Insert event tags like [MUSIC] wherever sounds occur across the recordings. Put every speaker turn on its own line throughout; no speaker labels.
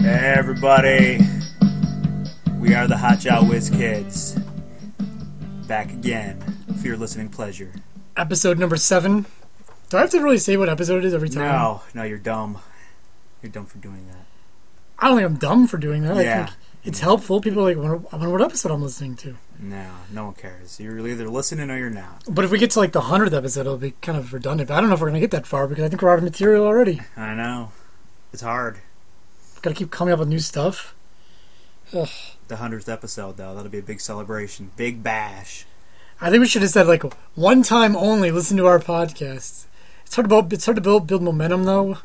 there, everybody. We are the Hot Jaw Whiz Kids. Back again for your listening pleasure.
episode number seven. Do I have to really say what episode it is every time?
No, no, you're dumb. You're dumb for doing that.
I don't think I'm dumb for doing that. I
Yeah.
think it's helpful. People are like, wonder, I wonder what episode I'm listening to.
No, no one cares. You're either listening or you're not.
But if we get to like the hundredth episode, it'll be kind of redundant. But I don't know if we're gonna get that far because I think we're out of material already.
I know. It's hard.
Gotta keep coming up with new stuff. Ugh.
The 100th episode, though, that'll be a big celebration. Big bash.
I think we should have said like one time only. Listen to our podcast. It's hard to build. It's hard to build build momentum though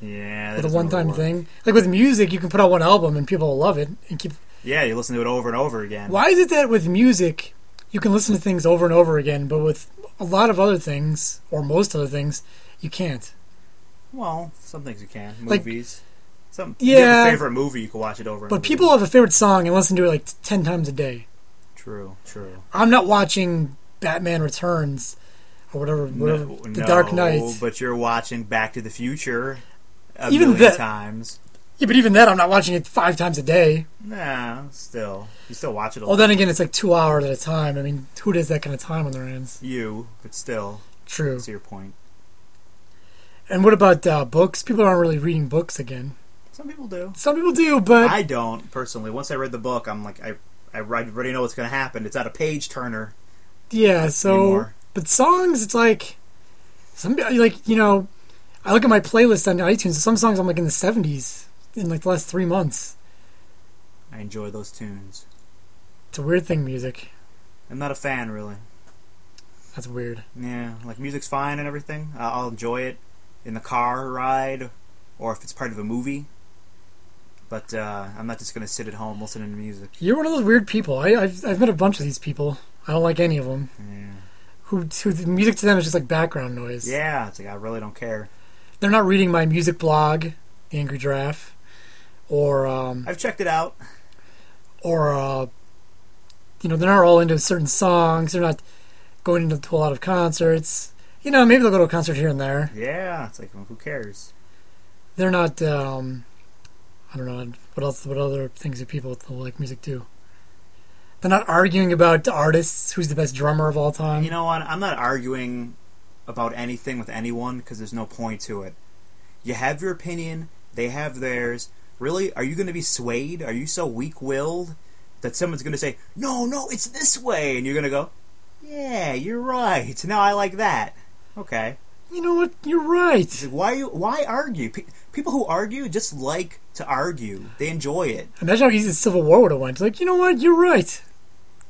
Yeah. that
with a
doesn't
one
really
time
work.
thing. Like with music, you can put out one album and people will love it and keep
Yeah, you listen to it over and over again.
Why is it that with music, you can listen to things over and over again, but with a lot of other things, or most other things, you can't?
Well, some things you can.
Like-
Movies. some, if you have
Yeah.
a favorite movie, you can watch it over and
But
over
people
again.
have a favorite song and listen to it like 10 times a day.
True, true.
I'm not watching Batman Returns or whatever, whatever
No,
The
no,
Dark Knight.
But you're watching Back to the Future a
Even
million
that-
times.
yeah, but even then, I'm not watching it five times a day.
Nah, still. You still watch it a
Well,
lot.
then again, it's like two hours at a time. I mean, who does that kind of time on their hands?
you, but still.
True.
That's your point.
And what about uh, books? People aren't really reading books again.
Some people do.
Some people do, but
I don't, personally. Once I read the book, I'm like, I, I re- already know what's going to happen. It's not a page turner.
Yeah, so
anymore.
but songs, it's like some like you know, I look at my playlist on iTunes. Some songs I'm like in the seventies in like the last three months.
I enjoy those tunes.
It's a weird thing, music.
I'm not a fan, really.
That's weird.
Yeah, like music's fine and everything. I- I'll enjoy it in the car ride or if it's part of a movie. But uh, I'm not just going to sit at home listening to music.
You're one of those weird people. I, I've I've met a bunch of these people. I don't like any of them.
Yeah.
Who, who the music to them is just like background noise.
Yeah, it's like I really don't care.
They're not reading my music blog, The Angry Giraffe, or um
I've checked it out.
or uh, you know, they're not all into certain songs. They're not going into a lot of concerts. You know, maybe they'll go to a concert here and there.
Yeah, it's like well, who cares?
They're not. Um, I don't know what else. What other things do people with the like music do? They're not arguing about artists. Who's the best drummer of all time?
You know what? I'm not arguing about anything with anyone because there's no point to it. You have your opinion, they have theirs. Really, are you going to be swayed? Are you so weak-willed that someone's going to say, "No, no, it's this way," and you're going to go, "Yeah, you're right. No, I like that." Okay.
You know what? You're right.
It's like, why you? Why argue? Pe- people who argue just like to argue. They enjoy it.
Imagine how easy the Civil War would have went. Like, you know what? You're right.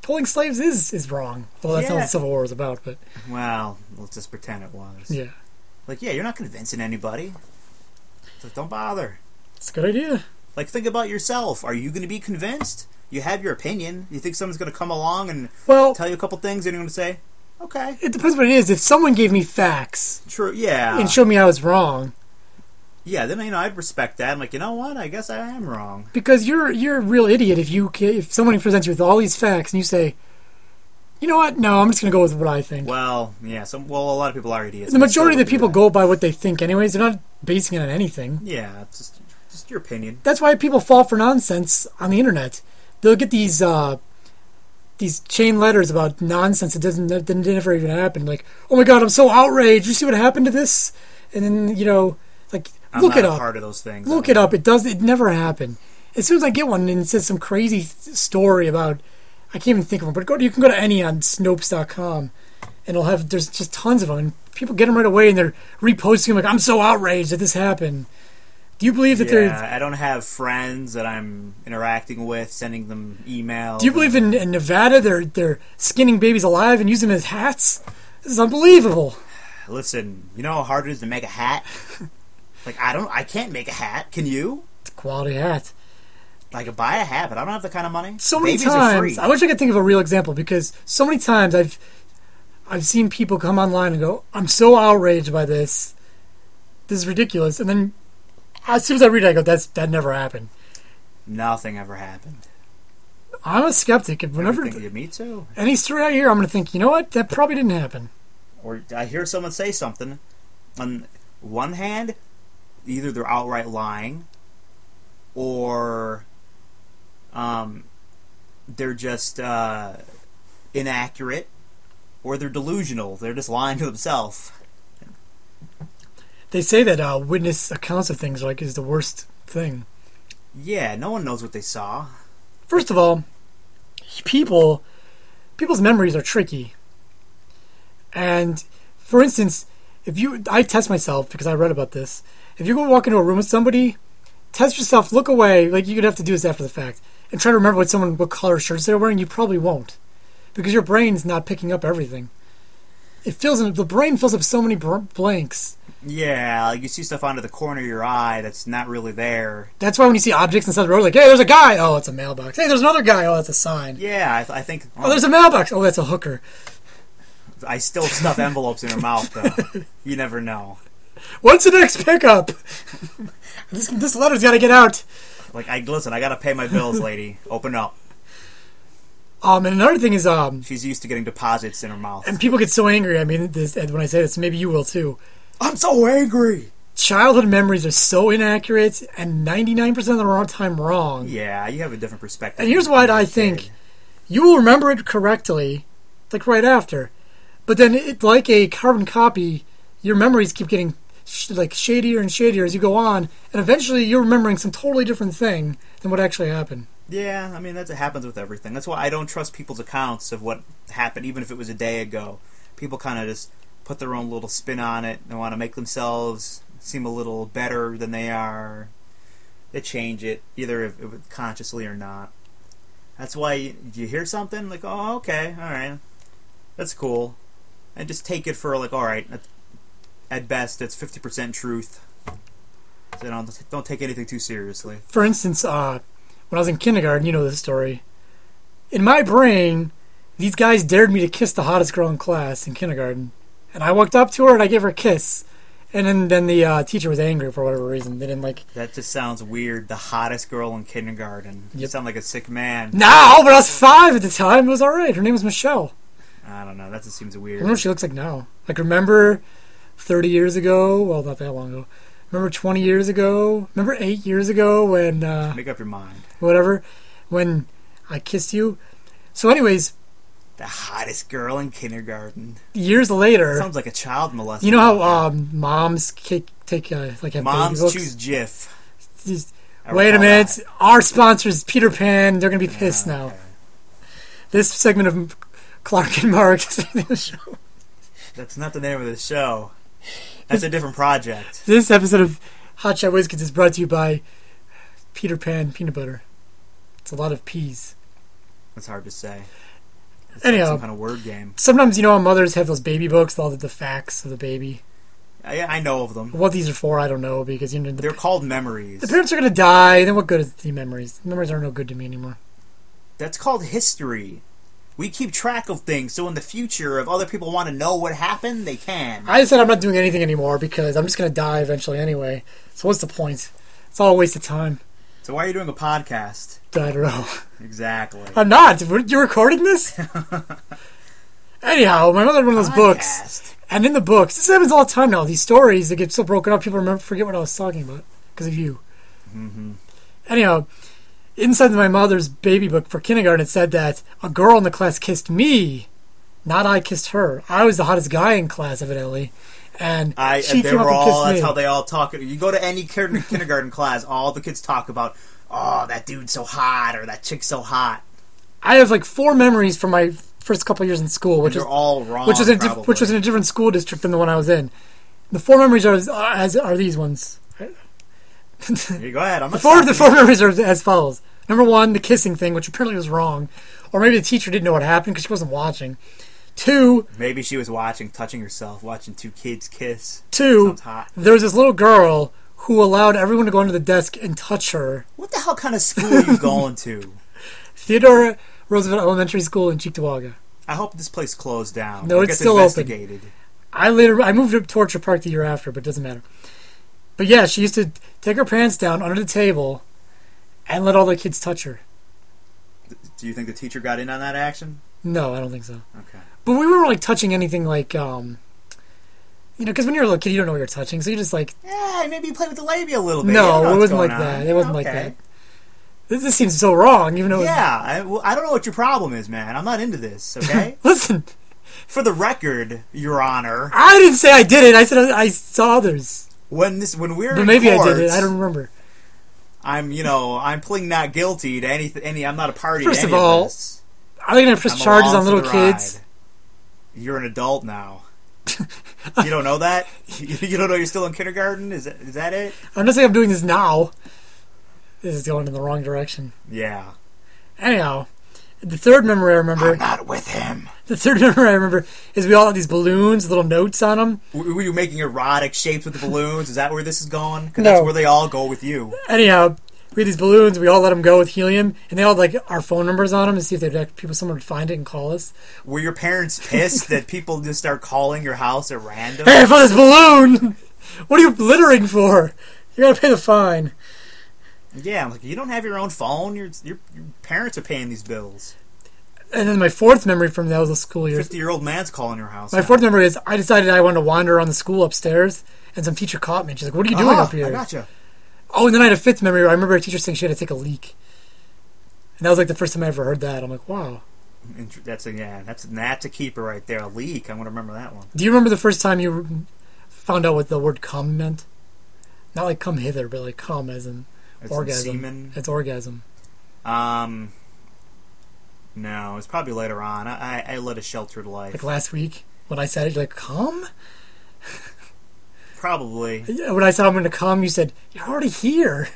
Pulling slaves is is wrong. Well, that's not what
Yeah.
the Civil War was about, but
Well, let's just pretend it was.
yeah,
Like, yeah, you're not convincing anybody. So don't bother.
it's a good idea.
Like, think about yourself. Are you going to be convinced? You have your opinion. You think someone's going to come along and
Well,
tell you a couple things, and you're going to say, "Okay,
it depends what it is. If someone gave me facts
true, yeah,
and showed me I was wrong,
yeah." Then you know, I'd respect that. I'm like, you know what? I guess I am wrong.
because you're you're a real idiot if you ca- if someone presents you with all these facts and you say, you know what? No, I'm just gonna go with what I think.
Well, yeah. Some well, a lot of people are idiots.
the
and they still
majority of
would
the
do
people
that.
go by what they think, anyways. They're not basing it on anything.
Yeah, it's just just your opinion.
That's why people fall for nonsense on the internet. They'll get these uh, these chain letters about nonsense that doesn't that didn't- never even happened. Like, oh my god, I'm so outraged. You see what happened to this? And then you know, like,
I'm
look
not
it
a
up.
part of those things.
look it up. It does. It never happened. As soon as I get one and it says some crazy th- story about, I can't even think of one. But go to, you can go to any on Snopes.com, and it'll have there's just tons of them. And people get them right away, and they're reposting them like, "I'm so outraged that this happened." Do you believe that there's
Yeah, I don't have friends that I'm interacting with, sending them emails.
Do you believe in, in Nevada? They're they're skinning babies alive and using them as hats. This is unbelievable.
Listen, you know how hard it is to make a
[LAUGHS]
hat? like I don't I can't make a hat, can you?
It's a quality hat.
I could buy a hat, but I don't have the kind of money.
so many
Babies are free.
times. I wish I could think of a real example because so many times I've I've seen people come online and go, "I'm so outraged by this. This is ridiculous." And then as soon as I read it, I go, "That's that never happened."
Nothing ever happened.
I'm a skeptic. and Whenever
Everything- me too.
any story I hear, I'm going to think, you know what? That probably didn't happen.
Or I hear someone say something. On one hand, either they're outright lying, or um, they're just uh, inaccurate, or they're delusional. They're just lying to themselves.
They say that uh, witness accounts of things like is the worst thing.
Yeah, no one knows what they saw.
First of all, people people's memories are tricky. And for instance, if you I test myself because I read about this. If you go walk into a room with somebody, test yourself, look away, like you'd have to do this after the fact, and try to remember what someone what color shirts they're wearing, you probably won't. Because your brain's not picking up everything. It fills in the brain fills up so many br- blanks.
Yeah, like you see stuff onto the corner of your eye that's not really there.
That's why when you see objects inside the road, like, hey, there's a guy. Oh, it's a mailbox. Hey, there's another guy. Oh, that's a sign.
Yeah, I, th- I think
Oh, there's a mailbox. Oh, that's a hooker.
I still stuff envelopes in her mouth though. You never know.
What's the next pickup? [LAUGHS] this, this letter's got to get out.
Like I listen, I gotta pay my bills, lady. Open up.
Um, and another thing is, um,
She's used to getting deposits in her mouth.
and people get so angry. I mean, this and when I say this, maybe you will too.
I'm so angry.
Childhood memories are so inaccurate and 99% of the wrong time wrong.
Yeah, you have a different perspective.
And here's what
when you're
I
a kid.
think you will remember it correctly, like right after. But then, it, like a carbon copy, your memories keep getting sh- like shadier and shadier as you go on, and eventually you're remembering some totally different thing than what actually happened.
Yeah, I mean that's it happens with everything. That's why I don't trust people's accounts of what happened, even if it was a day ago. People kind of just put their own little spin on it and want to make themselves seem a little better than they are. They change it either if, if consciously or not. That's why you, you hear something like, "Oh, okay, all right, that's cool," and just take it for like, "All right, at, at best, it's fifty percent truth." So don't don't take anything too seriously.
For instance, uh, when I was in kindergarten, you know this story. In my brain, these guys dared me to kiss the hottest girl in class in kindergarten, and I walked up to her and I gave her a kiss, and then then the uh, teacher was angry for whatever reason. They didn't like
That just sounds weird. The hottest girl in kindergarten. You
Yep.
sound like a sick man.
No, but I was five at the time. It was all right. Her name was Michelle.
I don't know. That just seems
I don't know
weird.
what she looks like now. Like, remember 30 years ago? Well, not that long ago. Remember 20 years ago? Remember eight years ago when, uh,
Make up your mind.
whatever, when I kissed you? So, anyways,
The hottest girl in kindergarten.
years later,
Sounds like a child molester.
you know how um, moms kick, take, uh, like, have
moms
baby
choose
books?
GIF.
Just-
I
Wait a
recall
minute. Our sponsor's Peter Pan. They're going to be
that.
pissed
Ah,
now.
Okay.
This segment of Clark and Mark [LAUGHS] the show.
That's not the name of the show. That's a different project.
This episode of Hot Shot Whiskets is brought to you by Peter Pan peanut butter. It's a lot of peas.
That's hard to say. It's like
Anyhow,
some kind of word game.
sometimes you know how mothers have those baby books, with all the, the facts of the baby.
I, I know of them.
What these are for, I don't know because you know the,
They're called memories.
the parents are gonna die. Then what good is the memories? Memories are no good to me anymore.
That's called history. We keep track of things, so in the future, if other people want to know what happened, they can.
I said I'm not doing anything anymore because I'm just gonna die eventually anyway. So what's the point? It's all a waste of time.
So why are you doing a podcast?
I don't know.
Exactly.
[LAUGHS] I'm not. You're recording this. [LAUGHS] Anyhow, my mother had one
Oh,
of those books.
Podcast.
And in the books, this happens all the time now. These stories that get so broken up, people remember forget what I was talking about because of you. Mm-hmm. Anyhow, inside my mother's baby book for kindergarten, it said that a girl in the class kissed me, not I kissed her. I was the hottest guy in class, evidently, and
I,
she
they
came up
were
and
all,
kissed
that's
me.
how they all talk. You go to any kin- kindergarten class, all the kids talk about, oh, that dude's so hot or that chick's so hot.
I have like four memories from my first couple years in school, which
They're
is
all wrong.
which was in a
probably.
diff- which was in a different school district than the one I was in. The four memories are are- as are these ones.
Here, go ahead. I'm
The four, the four memories are as follows. Number one, the kissing thing, which apparently was wrong, or maybe the teacher didn't know what happened because she wasn't watching. Two,
Maybe she was watching, touching herself, watching two kids kiss.
two,
Sounds hot.
there was this little girl who allowed everyone to go under the desk and touch her.
What the hell kind of school are
[LAUGHS]
you going to?
Theodore Roosevelt Elementary School in Cheektowaga.
I hope this place closed down.
No,
or
it's
gets
still open.
investigated.
I later I moved to Torture Park the year after, but it doesn't matter. But yeah, she used to take her pants down under the table and let all the kids touch her.
Do you think the teacher got in on that action?
No, I don't think so.
Okay.
But we weren't like touching anything like, um, you know, because when you're a little kid, you don't know what you're touching, so you just like
Yeah, maybe you played with the labia a little bit. You know
No, it
what's
wasn't
going
like
on.
that. It wasn't like
Okay.
that. This, this seems so wrong, even though. it's-
Yeah, I, well, I don't know what your problem is, man. I'm not into
[LAUGHS]
this, okay?
Listen,
For the record, Your Honor,
I didn't say I did it. I said I, I saw others,
when this when we're
but
in
maybe I
court,
did it. I don't remember.
I'm you know I'm pleading not guilty to any any. I'm not a party.
First
to
of
any
all,
this.
Are they gonna press
I'm
charges
along
on
for the
little kids?
ride. You're an adult now. you don't know
[LAUGHS]
that. [LAUGHS] You don't know you're still in kindergarten. Is that, is that it?
[LAUGHS] I'm not saying I'm doing this now. This is going in the wrong direction.
Yeah.
Anyhow, the third memory
[LAUGHS]
I remember,
not with him.
the third memory I remember is we all had these balloons, with little notes on them,
Were you making erotic shapes with the balloons? Is that where this is going? 'Cause
No.
that's where they all go with you.
anyhow, we had these balloons. We all let them go with helium, and they all had like our phone numbers on them, and see if they'd like, people someone would find it and call us.
Were your parents pissed
[LAUGHS]
that people just start calling your house at random?
Hey, I found this balloon. [LAUGHS] What are you littering for? You gotta pay the fine.
Yeah, I'm like you don't have your own phone. Your your, your parents are paying these bills.
And then my fourth memory from that was the school year.
Fifty year old man's calling your house.
My fourth memory is I decided I wanted to wander around the school upstairs, and some teacher caught me. She's like, "What are you doing up here?"
Uh-huh, Ah, I gotcha.
Oh, and then I had a fifth memory. where I remember a teacher saying she had to take a leak, and that was like the first time I ever heard that. I'm like, wow.
Int- That's a yeah. That's that's a keeper right there. A leak. I'm gonna remember that one.
Do you remember the first time you found out what the word "come" meant? Not like "come hither," but like "come" as in
It's in
orgasm.
Semen.
It's orgasm.
Um. No, it's probably later on. I, I, I led a sheltered life.
Like last week when I said it, you're like "come."
Probably.
Yeah, When I said I'm going to come, you said you're already here.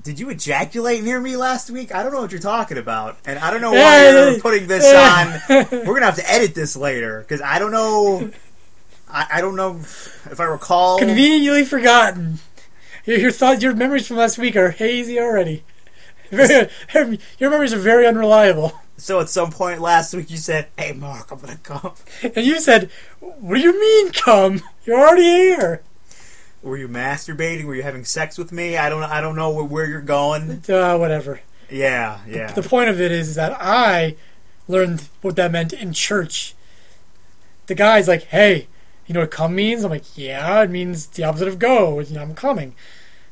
Did you ejaculate near me last week? I don't know what you're talking about, and I don't know why
Hey!
you're putting this on.
[LAUGHS]
We're gonna have to edit this later because I don't know. I, I don't know if I recall.
[LAUGHS] Conveniently forgotten. Your, your thoughts, your memories from last week are hazy already. [LAUGHS] Very, your memories are very unreliable.
So at some point last week you said, "Hey Mark, I'm gonna come."
And you said, "What do you mean, come? You're already here."
[LAUGHS] Were you masturbating? Were you having sex with me? I don't. I don't know wh- where you're going.
Uh, whatever.
Yeah, yeah.
The point of it is that I learned what that meant in church. The guy's like, "Hey, you know what come means?" I'm like, "Yeah, it means the opposite of go. You know, I'm coming."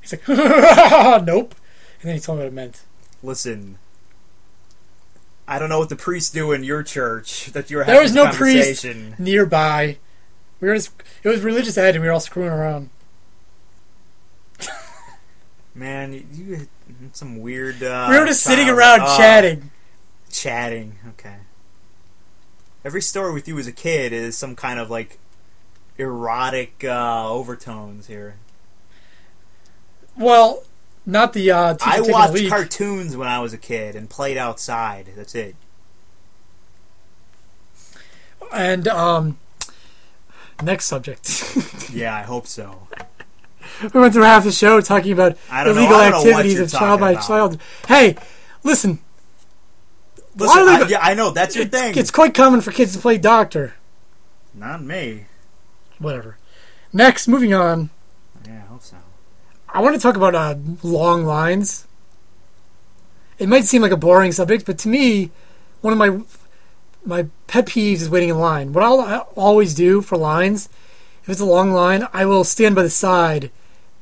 He's like, [LAUGHS] "Nope," and then he told me what it meant.
Listen, I don't know what the priests do in your church that you're having.
There was no
this
priest
conversation.
nearby. We were just, it was religious ed, and we were all screwing around.
Man, you- you had some weird. Uh,
we were just sitting
child-
around
uh,
chatting.
Chatting. Okay. Every story with you as a kid is some kind of like erotic uh, overtones here.
Well, not the uh, teacher
I
taking a
watched
leak.
cartoons when I was a kid and played outside. That's it.
And um, next subject. [LAUGHS]
Yeah, I hope so.
we went through half the show talking about
I don't know-
illegal
I don't know what
activities
you're
of child
talking
by
about.
child. Hey, listen, Why
Listen,
do they
I,
go-
yeah, I know that's your
it's,
thing.
it's quite common for kids to play doctor.
Not me.
Whatever. Next, moving on.
Yeah, I hope so.
I want to talk about uh, long lines. It might seem like a boring subject, but to me, one of my my pet peeves is waiting in line. What I'll I always do for lines, if it's a long line, I will stand by the side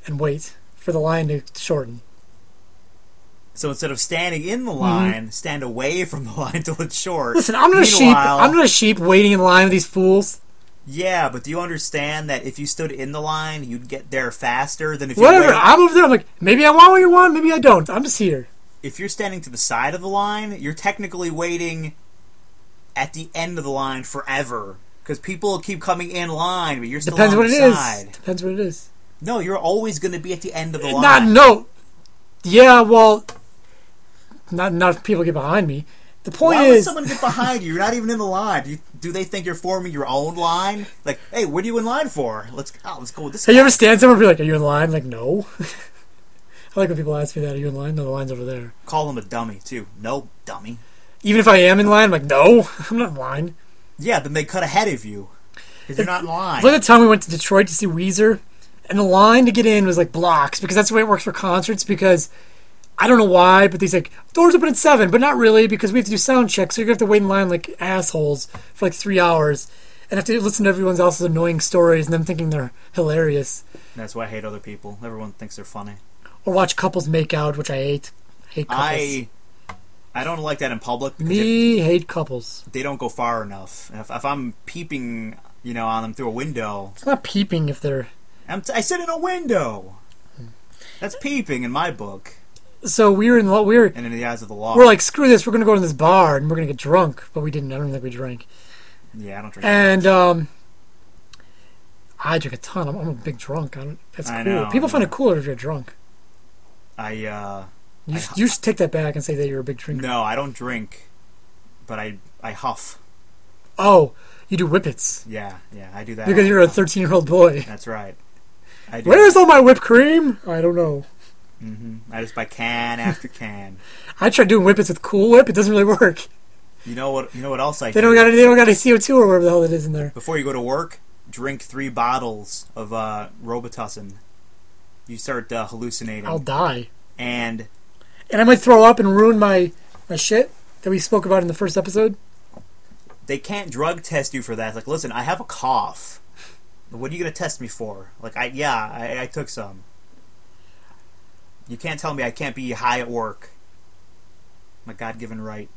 and wait for the line to shorten.
So instead of standing in the line, stand away from the [LAUGHS] line till it's short.
Mm-hmm. Listen, I'm not a sheep.
Meanwhile-
I'm not a sheep waiting in line with these fools.
Yeah, but do you understand that if you stood in the line, you'd get there faster than if
Whatever.
you wait?
I'm over there. I'm like, maybe I want what you want, maybe I don't. I'm just here.
If you're standing to the side of the line, you're technically waiting at the end of the line forever because people keep coming in line, but you're still
Depends
on
what it
the
is.
side.
Depends what it is.
No, you're always going to be at the end of the
Not
line.
no. Yeah, well, not enough people get behind me. The point
Why would
is,
someone get behind you? You're not even in the line. Do, you, do they think you're forming your own line? Like, hey, what are you in line for? Let's oh, let's go with this.
have you
guy.
ever stand somewhere and be like, "Are you in line?" like, no. [LAUGHS] I like when people ask me that. Are you in line? No, the line's over there.
Call him a dummy too. No dummy.
Even if I am in line, I'm like, no, [LAUGHS] I'm not in line.
Yeah, then they cut ahead of you. 'Cause You're not in line.
It's like the time we went to Detroit to see Weezer, and the line to get in was like blocks because that's the way it works for concerts. Because I don't know why, but these like doors open at seven, but not really because we have to do sound checks, so you're gonna have to wait in line like assholes for like three hours, and have to listen to everyone else's annoying stories and them thinking they're hilarious.
That's why I hate other people. Everyone thinks they're funny.
or watch couples make out, which I hate. I hate couples.
I I don't like that in public because it-
Me hate couples.
they don't go far enough. And if, if I'm peeping, you know, on them through a window,
It's not peeping if they're
I'm t- I sit in a window. That's peeping in my book,
so we were in lo- we were
and in the eyes of the law.
we're like screw this we're gonna go to this bar and we're gonna get drunk but we didn't I don't think we drank
yeah, I don't drink.
and um I drink a ton I'm, I'm a big drunk I don't, that's
I
cool
know,
people
I
find it cooler if you're drunk
I uh,
you, should- you should take that back and say that you're a big drinker
no, I don't drink, but I I huff.
oh you do whippets
Yeah, yeah, I do that.
because you're a 13 year old boy
That's right. I do.
where's all my whipped cream I don't know
hmm I just buy can after can.
I tried doing whippets with Cool Whip it doesn't really work
You know what? You know what else I
they
do?
don't got any, they don't got any CO2 or whatever the hell it is in there
Before you go to work, drink three bottles of uh, Robitussin. You start uh, hallucinating,
I'll die
and
and I might throw up and ruin my my shit that we spoke about in the first episode
they can't drug test you for that. It's like, listen, I have a cough. What are you gonna test me for? Like, I yeah, I, I took some. You can't tell me I can't be high at work. My God-given right.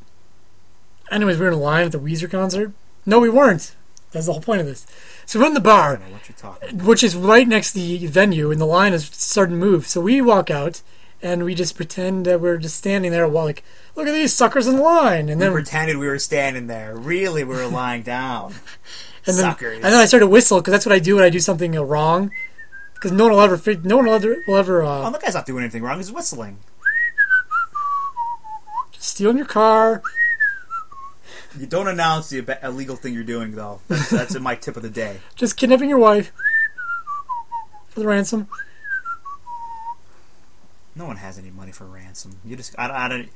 Anyways, we were in line at the Weezer concert. No, we weren't. That's the whole point of this. So we're in the bar,
I don't know what you're talking. about.
which is right next to the venue, and the line is starting to move. So we walk out, and we just pretend that we're just standing there, while like, look at these suckers in line, and
We
then
pretended we were standing there. Really, we were lying
[LAUGHS]
down.
and then,
suckers.
And then I start to whistle because that's what I do when I do something uh, wrong. Because no one will ever, fi- no one will ever, will ever uh,
Oh, that guy's not doing anything wrong. He's whistling.
steal in your car.
You don't announce the ab- illegal thing you're doing, though. That's, that's in my tip of the day.
Just kidnapping your wife for the ransom.
No one has any money for ransom. You just, I, don't- I don't.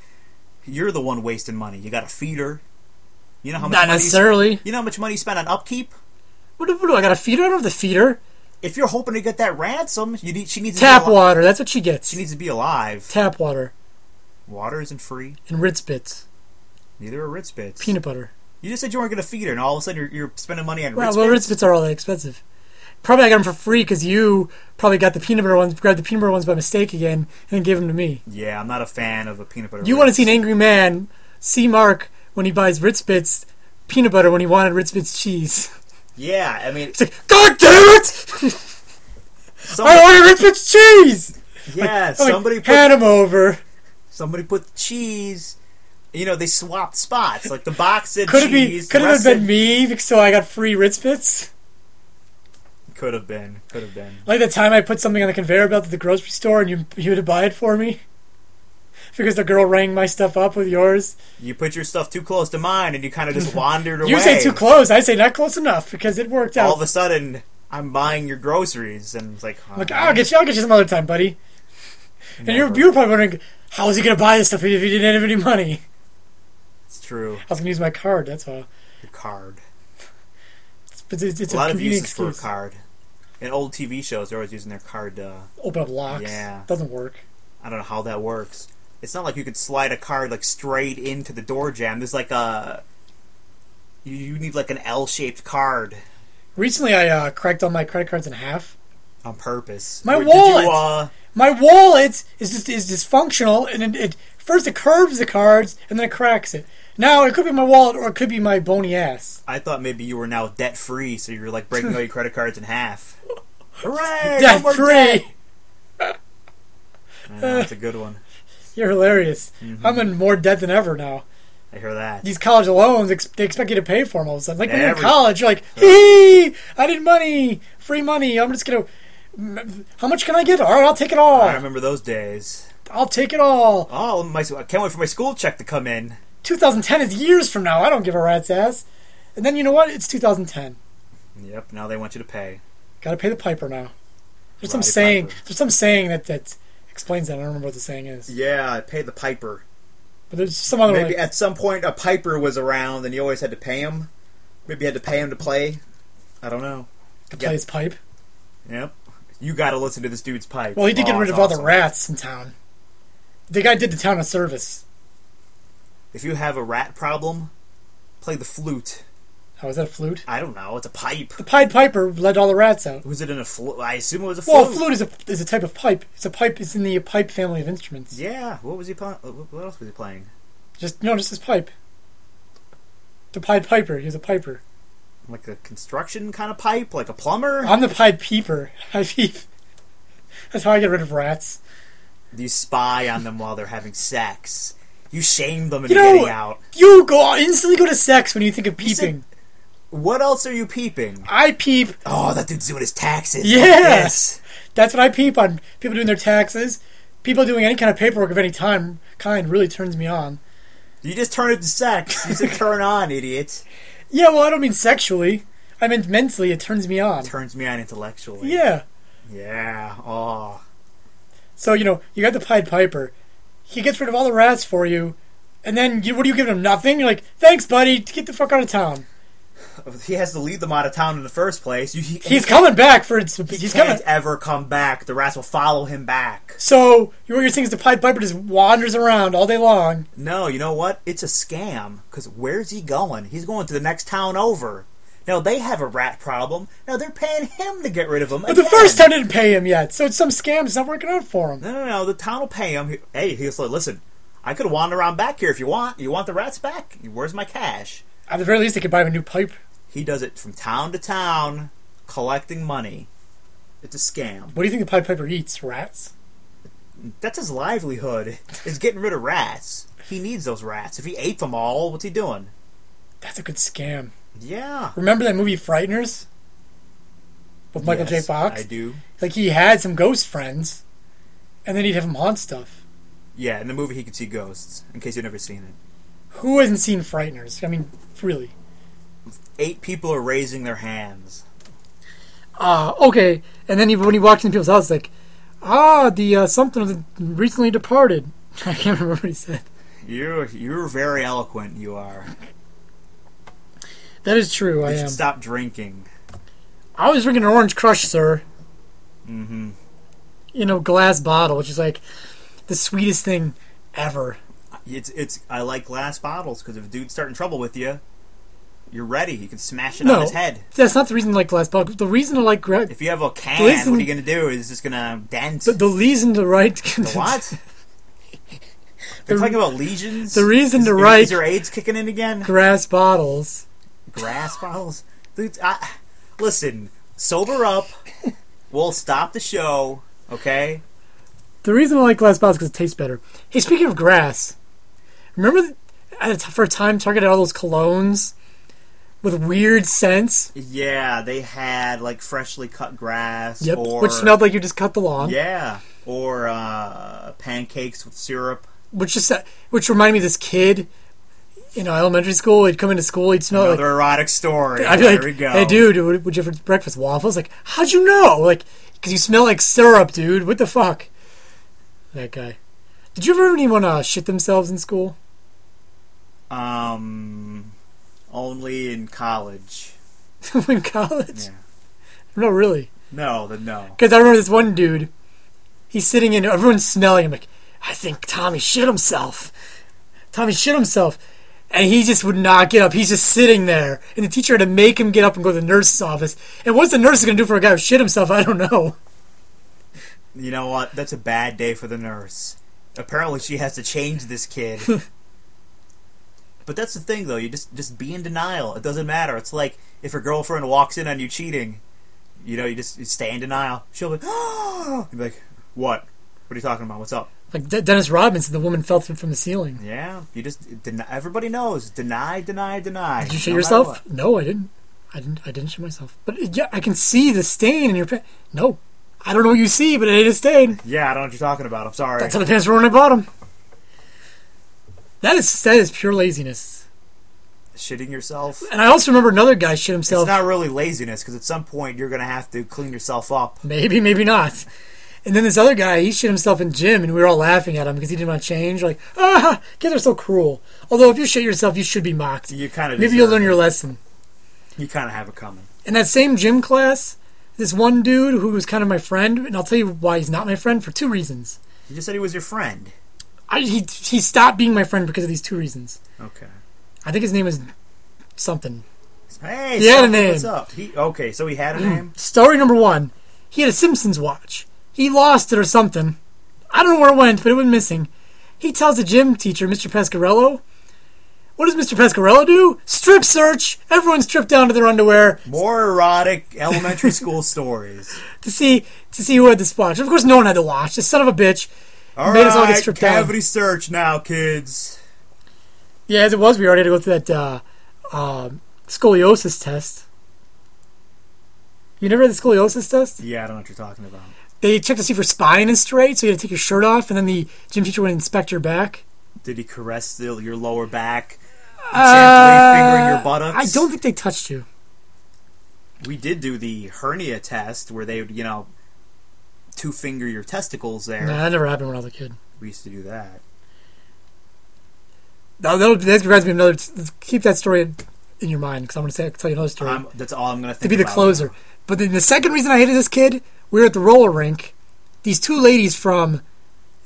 You're the one wasting money. You got a feeder. You know how much
Not
money you sp-
necessarily.
You know how much money you spend on upkeep?
What do, what do I got a feeder? I don't have the feeder.
If you're hoping to get that ransom, you need, she needs
Tap
to be alive.
water. That's what she gets.
She needs to be alive.
Tap water
Water isn't free.
and Ritz bits,
Neither are Ritz bits.
peanut butter.
You just said you weren't going to feed her, and all of a sudden you're, you're spending money on
Well,
Ritz
well,
bits.
Ritz bits are all that expensive. Probably I got them for free because you probably got the peanut butter ones, grabbed the peanut butter ones by mistake again, and then gave them to me.
Yeah, I'm not a fan of a peanut butter.
You
Ritz.
want to see an angry man see Mark when he buys Ritz bits peanut butter when he wanted Ritz bits cheese. [LAUGHS]
Yeah, I mean,
It's like, God damn it!
some,
I wanted Ritz bits cheese.
yeah,
I'm like,
somebody put
Oh, hand him over.
Somebody put the cheese. You know, they swapped spots. Like the box said
Could it be?
cheese.
Could
the
it have
rest
been me? So I got free Ritz bits.
said- Could have been. Could have been.
Like the time I put something on the conveyor belt at the grocery store and you you had to buy it for me. Because the girl rang my stuff up with yours.
You put your stuff too close to mine, and you kind of
[LAUGHS]
just wandered away.
You say too close, I say not close enough because it worked
All
out.
of a sudden, I'm buying your groceries, and it's like, huh,
like, "Ah, I'll get you I'll get you some other time, buddy. And you're
never.
you were probably wondering how is he gonna buy this stuff if he didn't have any money?
It's true.
I was gonna use my card, that's all.
Your card.
It's, it's, it's,
a lot of
convenient
uses for a
excuse.
card. In old TV shows, they're always using their card. To,
Open up locks.
Yeah.
Doesn't work.
I don't know how that works. It's not like you could slide a card like straight into the door jam. There's like a. You, you need like an L-shaped card
Recently I uh, cracked all my credit cards in half.
on purpose.
My
Or did you,
wallet!
uh,
My wallet is just is dysfunctional, and it, it first it curves the cards, and then it cracks it. Now it could be my wallet, or it could be my bony ass.
I thought maybe you were now debt free, so you were like breaking all your credit cards in
[LAUGHS]
half. Hooray! no
Death
more debt.
free.
I know, that's a good one.
[LAUGHS] You're hilarious.
Mm-hmm.
I'm in more debt than ever now.
I hear that.
These college loans, ex- they expect you to pay for them all of a sudden. Like when you're in
Every-
college, you're like, hee, I need money, free money. I'm just gonna. m- How much can I get? All right, I'll take it
I
all.
remember those days.
I'll take it all.
Oh, my! I can't wait for my school check to come in.
2010 is years from now. I don't give a rat's ass. And then you know what? It's 2010.
Yep. Now they want you to pay.
Got to pay the piper now. There's some
Roddy
saying.
Piper.
There's some saying that that explains that. I don't remember what the saying is,
Yeah, pay the piper.
but there's some other
Maybe
like,
at some point a piper was around, and you always had to pay him. Maybe you had to pay him to play. I don't know.
that
yeah.
plays pipe.
Yep. You got to listen to this dude's pipe.
Well, he did get
Oh,
rid of
it's
all the
awesome.
rats in town. The guy did the town a service.
If you have a rat problem, play the flute.
Oh, is that a flute?
I don't know. It's a pipe.
The Pied Piper led all the rats out.
Was it in a flute? I assume it was a flute.
Well, a flute is a is a type of pipe. It's a pipe. It's in the pipe family of instruments.
Yeah. What was he playing? What else was he playing?
Just no, just his pipe. The Pied Piper. He's a piper.
Like a construction kind of pipe, like a plumber.
I'm the Pied Peeper. [LAUGHS] I peep. That's how I get rid of rats.
you spy on them while they're having sex. You shame them into
You know,
getting out.
you go instantly go to sex when you think of peeping.
What else are you peeping?
I peep.
Oh, that dude's doing his taxes.
Yeah.
Yes.
That's what I peep on. People doing their taxes, people doing any kind of paperwork of any time kind really turns me on.
[LAUGHS] You just turn it to sex. You said
[LAUGHS]
turn on, idiot.
Yeah, well, I don't mean sexually. I meant mentally. It turns me on.
Turns me on intellectually.
Yeah.
Yeah. Oh.
So you know, you got the Pied Piper. He gets rid of all the rats for you, and then you, what do you give him? Nothing. You're like, thanks, buddy. Get the fuck out of town.
He has to leave them out of town in the first place. You, he,
He's coming back for it's.
he
He's
can't
coming.
ever come back. The rats will follow him back.
So what you're saying is the Pied Piper just wanders around all day long.
No, you know what? It's a scam. Because where's he going? He's going to the next town over. Now they have a rat problem. Now they're paying him to get rid of them.
But the first town didn't pay him yet, so it's some scam. It's not working out for him.
No, no, no. The town will pay him. He- Hey, he's like, listen, I could wander around back here if you want. You want the rats back? Where's my cash?
At the very least, they could buy him a new pipe.
He does it from town to town, collecting money. It's a scam.
What do you think the Pied Piper eats? Rats?
That's his livelihood. [LAUGHS] Is getting rid of rats. He needs those rats. If he ate them all, what's he doing?
That's a good scam.
Yeah.
Remember that movie Frighteners? With Michael
Yes,
J. Fox?
I do.
Like, he had some ghost friends, and then he'd have them haunt stuff.
Yeah, in the movie he could see ghosts. In case you've never seen it,
Who hasn't seen Frighteners? I mean, really.
eight people are raising their hands.
Uh, okay. And then he, when he walked into people's house, like, ah, the uh, something of the recently departed. [LAUGHS] I can't remember what he said.
You're you're very eloquent. You are.
That is true. I
You
am.
should stop drinking.
I was drinking an orange crush, sir. Mm-hmm. You know, glass bottle, which is like the sweetest thing ever.
It's it's. I like glass bottles because if a dude's starting trouble with you, you're ready. You can smash it
No.
on his head.
That's not the reason I like glass bottle. The reason I like gra-
If you have a can,
Listen-
what are you gonna do? Is just gonna dance?
the, the reason to write [LAUGHS]
what? They're talking about lesions.
the reason
is,
to
is-
write-
is your AIDS kicking in again?
glass bottles.
Grass bottles, dude. I, listen, sober up. We'll stop the show. Okay.
The reason I like glass bottles because it tastes better. Hey, speaking of grass, remember th- at a t- for a time targeted all those colognes with weird scents.
Yeah, they had like freshly cut grass.
Yep,
Or,
which smelled like you just cut the lawn.
Yeah. Or uh, pancakes with syrup.
which just uh, which reminded me of this kid in elementary school. He'd come into school, he'd smell like
Another erotic story.
I'd be
there
like,
we go.
"Hey, dude, would, would you have breakfast waffles?" Like, how'd you know? Like, because you smell like syrup, dude. What the fuck? That guy. Did you ever have anyone uh, shit themselves in school? [LAUGHS]
Um, only in college.
in college?
Yeah.
No, really.
No, the no.
Because I remember this one dude. He's sitting in. Everyone's smelling him. Like, I think Tommy shit himself. Tommy shit himself. And he just would not get up. He's just sitting there. And the teacher had to make him get up and go to the nurse's office. And what's the nurse going to do for a guy who shit himself? I don't know.
You know what? That's a bad day for the nurse. Apparently, she has to change this kid.
[LAUGHS]
but that's the thing, though. You just just be in denial. It doesn't matter. It's like if your girlfriend walks in on you cheating. You know, you just you stay in denial. She'll be, [GASPS] You'll be like, "What? What are you talking about? What's up?"
Like De- Dennis Rodman said, the woman fell through from the ceiling.
Yeah, you just deny. Everybody knows deny, deny, deny.
Did you
no
shit
matter what.
yourself? No, I didn't. I didn't. I didn't shit myself. But it, yeah, I can see the stain in your pants. No, I don't know what you see, but it ain't a stain.
Yeah, I don't know what you're talking about. I'm sorry.
That's how the pants were when I bought them. That is that is pure laziness.
Shitting yourself.
And I also remember another guy shit himself.
It's not really laziness because at some point you're gonna have to clean yourself up.
maybe, maybe not. And then this other guy, he shit himself in gym, and we were all laughing at him because he didn't want to change. Like, ah, kids are so cruel. Although if you shit yourself, you should be mocked.
You kind of
Maybe you'll learn your lesson.
You kind of have it coming.
in that same gym class, this one dude who was kind of my friend, and I'll tell you why he's not my friend for two reasons.
You just said he was your friend.
I, he he stopped being my friend because of these two reasons.
Okay.
I think his name is something.
Hey,
He had a
Seth,
name. Mm.
What's up? He, okay, so he had a name.
Story number one he had a Simpsons watch. He lost it or something. I don't know where it went, but it went missing. He tells the gym teacher, Mr. Pescarello. What does Mr. Pescarello do? Strip search! Everyone stripped down to their underwear
More erotic elementary school
[LAUGHS]
stories.
to see to see who had this watch. Of course, no one had the watch. This son of a bitch
All right,
made us all get stripped down.
cavity search now, kids.
Yeah, as it was, we already had to go through that uh, um scoliosis test. You never had the scoliosis test?
Yeah, I don't know what you're talking about.
They checked to see if your spine is straight, so you had to take your shirt off, and then the gym teacher would inspect your back.
Did he caress the, your lower back? Gently fingering
Uh,
your buttocks.
I don't think they touched you.
We did do the hernia test where they would, you know, two finger your testicles there.
Nah, that never happened when I was a kid.
We used to do that.
No, that'll- that reminds me of another. Keep that story in, in your mind because I'm going to tell you another story.
I'm, that's all I'm gonna
to
think.
be the
about
closer.
now.
But then the second reason I hated this kid, we were at the roller rink. These two ladies from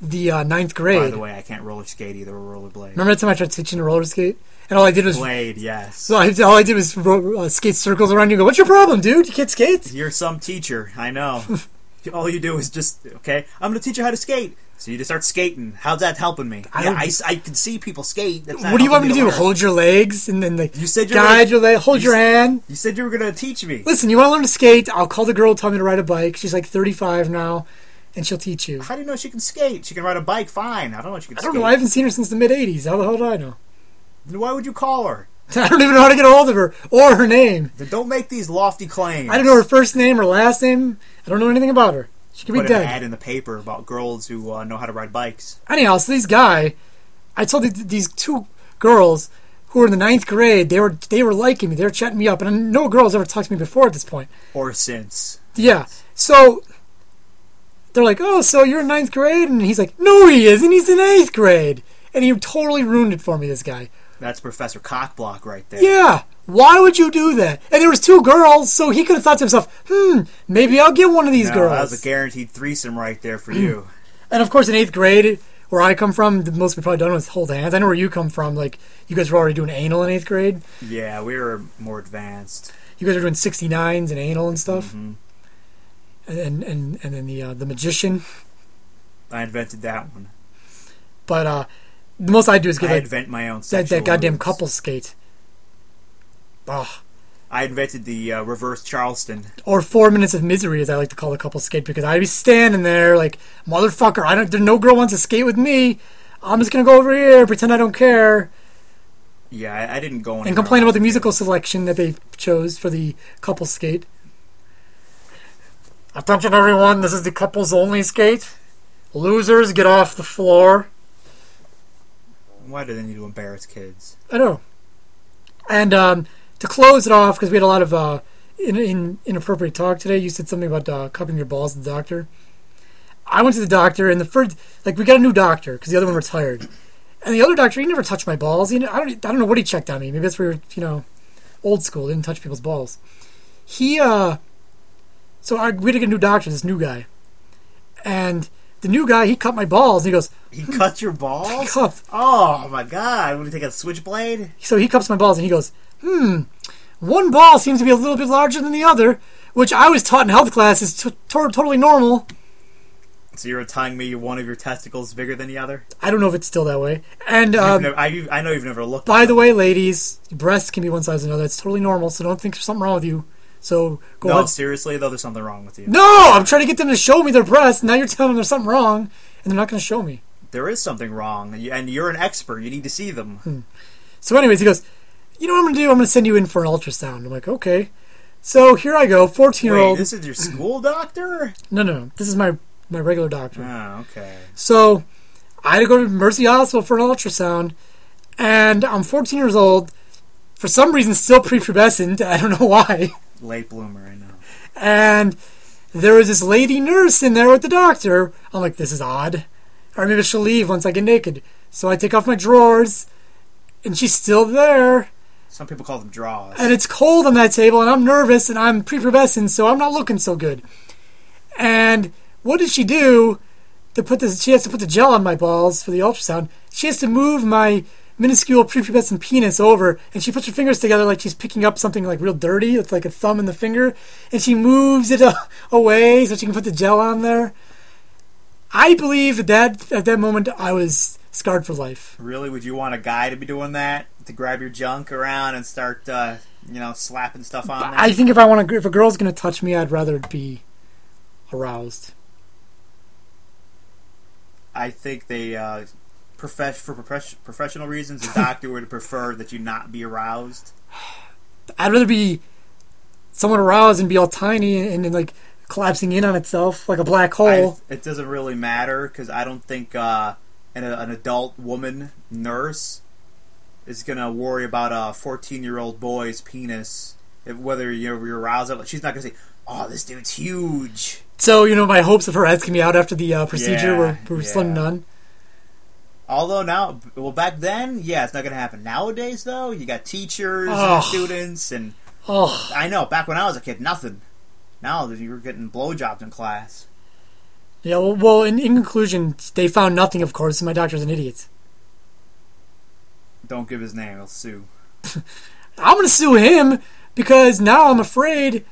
the uh, ninth grade.
By the way, I can't roller skate either or rollerblade.
Remember that time I tried teaching to roller skate, and all I did was
Blade, yes.
so I, all I did was ro- uh, skate circles around you. and Go, what's your problem, dude? You can't skate.
You're some teacher, I
[LAUGHS]
know. all you do is just okay. I'm gonna teach you how to skate. So you just start skating. How's that helping me?
I
yeah,
don't-
I, s- I can see people skate. That's not
What do you want me to
helping
do?
learn.
Hold your legs and then like
You said you were-
guide your leg, hold
you
your
s-
hand.
You said you were gonna teach me.
Listen, you want to learn to skate? I'll call the girl, tell me to ride a bike. She's like 35 now, and she'll teach you.
How do you know she can skate? She can ride a bike, fine. I don't know what she can
I
skate.
don't know. I haven't seen her since the mid 80s. How the hell do I know? [LAUGHS]
Why would you call her?
I don't even know how to get a hold of her or her name.
Then don't make these lofty claims.
I don't know her first name or last name. I don't know anything about her. She could be
Put an
dead.
ad in the paper about girls who uh, know how to ride bikes.
Anyhow, so these guy, I told th- these two girls who were in the ninth grade, they were they were liking me, they were chatting me up, and no girls ever talked to me before at this point.
Or since.
Yeah, so they're like, "Oh, so you're in ninth grade?" And he's like, "No, he isn't. He's in eighth grade." And he totally ruined it for me. This guy.
That's Professor Cockblock right there.
Yeah. Why would you do that? And there was two girls, so he could have thought to himself, "Hmm, maybe I'll get one of these
No,
girls."
That was a guaranteed threesome right there for
[CLEARS THROAT]
you.
And of course, in eighth grade, where I come from, the most we probably done was hold hands. I know where you come from. Like you guys were already doing anal in eighth grade.
yeah, we were more advanced.
You guys were doing sixty nines and anal and stuff.
Mm-hmm.
And, and and and then the uh, the magician.
I invented that one.
But uh, the most I do is get
I
that,
invent my own
that,
sexual
that goddamn
moves.
couple skate. Ugh.
I invented the uh, reverse Charleston.
Or four minutes of misery, as I like to call the couple skate, because I'd be standing there like motherfucker. I don't. there- No girl wants to skate with me. I'm just gonna go over here, pretend I don't care.
Yeah, I, I didn't go anywhere.
and complain about the musical selection that they chose for the couple skate. Attention, everyone! This is the couples only skate. Losers, get off the floor.
Why do they need to embarrass kids?
I know. And um, to close it off, because we had a lot of uh, in, in, inappropriate talk today, you said something about uh, cupping your balls to the doctor. I went to the doctor, and the first, like, we got a new doctor because the other one retired, and the other doctor he never touched my balls. He, ne- I don't, e, I don't know what he checked on me. Maybe that's where you know, old school didn't touch people's balls. He, uh, so I, we had to get a new doctor, this new guy, and the new guy he cut my balls. and He goes, [LAUGHS]
He cut your balls?
cup.
Oh my god, would he take a switchblade?
So he cups my balls and he goes, hmm, one ball seems to be a little bit larger than the other, which I was taught in health class is t- to- totally normal.
So you're telling me one of your testicles is bigger than the other?
I don't know if it's still that way. And
I've
um,
never, I, I know you've never looked.
by
at
the
them.
way, ladies, breasts can be one size or another. It's totally normal, so don't think there's something wrong with you. So go
no,
ahead.
seriously though, there's something wrong with you.
No, I'm trying to get them to show me their breasts. Now you're telling them there's something wrong, and they're not going to show me.
There is something wrong, and you- and you're an expert. You need to see them.
So, anyways, he goes, you know what I'm going to do? I'm going to send you in for an ultrasound. I'm like, okay. So here I go, 14 year
Wait,
old.
this is your school doctor?
No, no, no. This is my my regular doctor.
Oh, okay.
So I had to go to Mercy Hospital for an ultrasound, and I'm 14 years old. For some reason, still prepubescent. [LAUGHS] I don't know why.
Late bloomer, I know.
And there was this lady nurse in there with the doctor. I'm like, this is odd. Or maybe she'll leave once I get naked. So I take off my drawers, and she's still there.
Some people call them draws.
and it's cold on that table, and I'm nervous, and I'm prepubescent, so I'm not looking so good. And what did she do to put this? She has to put the gel on my balls for the ultrasound. She has to move my minuscule prepubescent penis over, and she puts her fingers together like she's picking up something like real dirty. It's like a thumb and the finger, and she moves it [LAUGHS] a- away so she can put the gel on there. I believe that, that at that moment I was scarred for life.
Really, would you want a guy to be doing that to grab your junk around and start, uh, you know, slapping stuff on? there?
I think if I want to, if a girl's gonna touch me, I'd rather be aroused.
I think they, uh, profess- for profes- professional reasons, the doctor would prefer that you not be aroused.
I'd rather be someone aroused and be all tiny and, and like collapsing in on itself like a
I,
black hole.
it doesn't really matter because I don't think uh, an, an adult woman nurse is gonna worry about a 14 year old boy's penis if, whether you're, you're aroused. Or, she's not gonna say, "Oh, this dude's huge."
so you know, my hopes of her asking me out after the uh, procedure were,
Yeah,
were
yeah.
slim to none.
Although now, well, back then, yeah, it's not gonna happen. Nowadays, though, you got teachers
Ugh.
and students, and
Oh,
I know back when I was a kid, nothing. Now you were getting blowjobs in class.
yeah. Well, well in, in conclusion, they found nothing, of course. And my doctor's an idiot.
Don't give his name; he'll sue.
I'm gonna sue him because now I'm afraid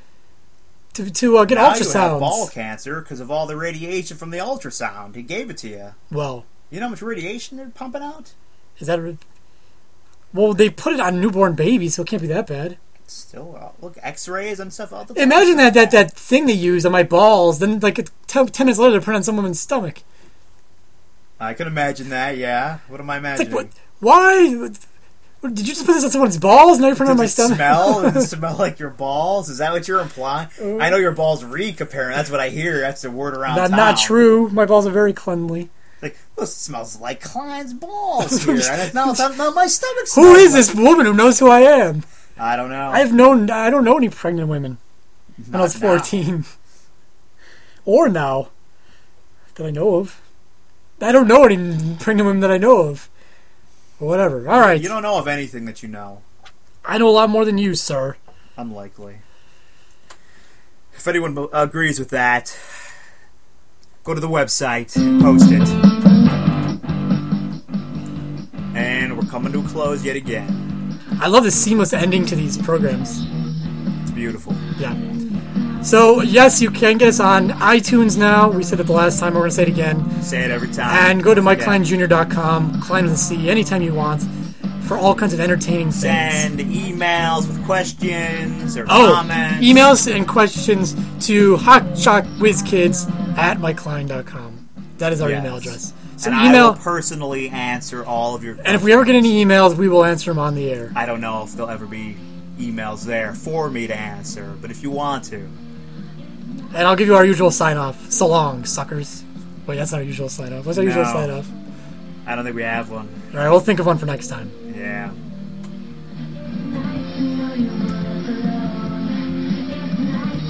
to to uh, get
now you have ball
ultrasounds.
cancer because of all the radiation from the ultrasound. He gave it to you.
Well,
You know how much radiation they're pumping out?
is that? A, well, they put it on newborn babies, so it can't be that bad.
It's still uh, look X-rays and stuff all the time.
Imagine that that that thing they used on my balls. Then like it- ten, ten minutes later, they put it on some woman's stomach.
I can imagine that. Yeah. What am I
It's like
imagining?
what? Why? What- Did you just put this on someone's balls? Now you put it
Does
on my
it
stomach.
smell? Does it smell like your balls? Is that what you're implying? I know your balls reek. Apparently, that's what I hear. That's the word around
[LAUGHS] Not,
town.
not true. My balls are very cleanly.
Like this smells like Klein's
[LAUGHS]
balls here. and it's, no, it's not, no, my stomach.
Who
smells
is
like-
this woman who knows who I am?
I don't know.
I have known. I don't know any pregnant women. when I was
Not now.
fourteen, or now that I know of. I don't know any pregnant women that I know of. Whatever. All right.
You don't know of anything that you know.
I know a lot more than you, sir.
Unlikely. If anyone be- agrees with that, go to the website and post it. And we're coming to a close yet again.
I love the seamless ending to these programs.
It's beautiful.
Yeah. So yes, you can get us on iTunes now. We said it the last time. We're gonna say it again.
Say it every time.
And go to
Don't forget.
MikeKleinJr.com, Klein with a C, anytime you want, for all kinds of entertaining things.
Send emails with questions or
oh,
comments.
emails and questions to hotshotwizkids at MikeKlein.com. That is our
Yes.
email address. So
and I will
email,
personally answer all of your.
and if we ever get any emails, we will answer them on the air.
I don't know if there'll ever be emails there for me to answer, but if you want to,
And I'll give you our usual sign off. So long, suckers. Wait, that's not our usual sign off. What's our usual
No.
sign off?
I don't think we have one.
All right, we'll think of one for next time.
Yeah.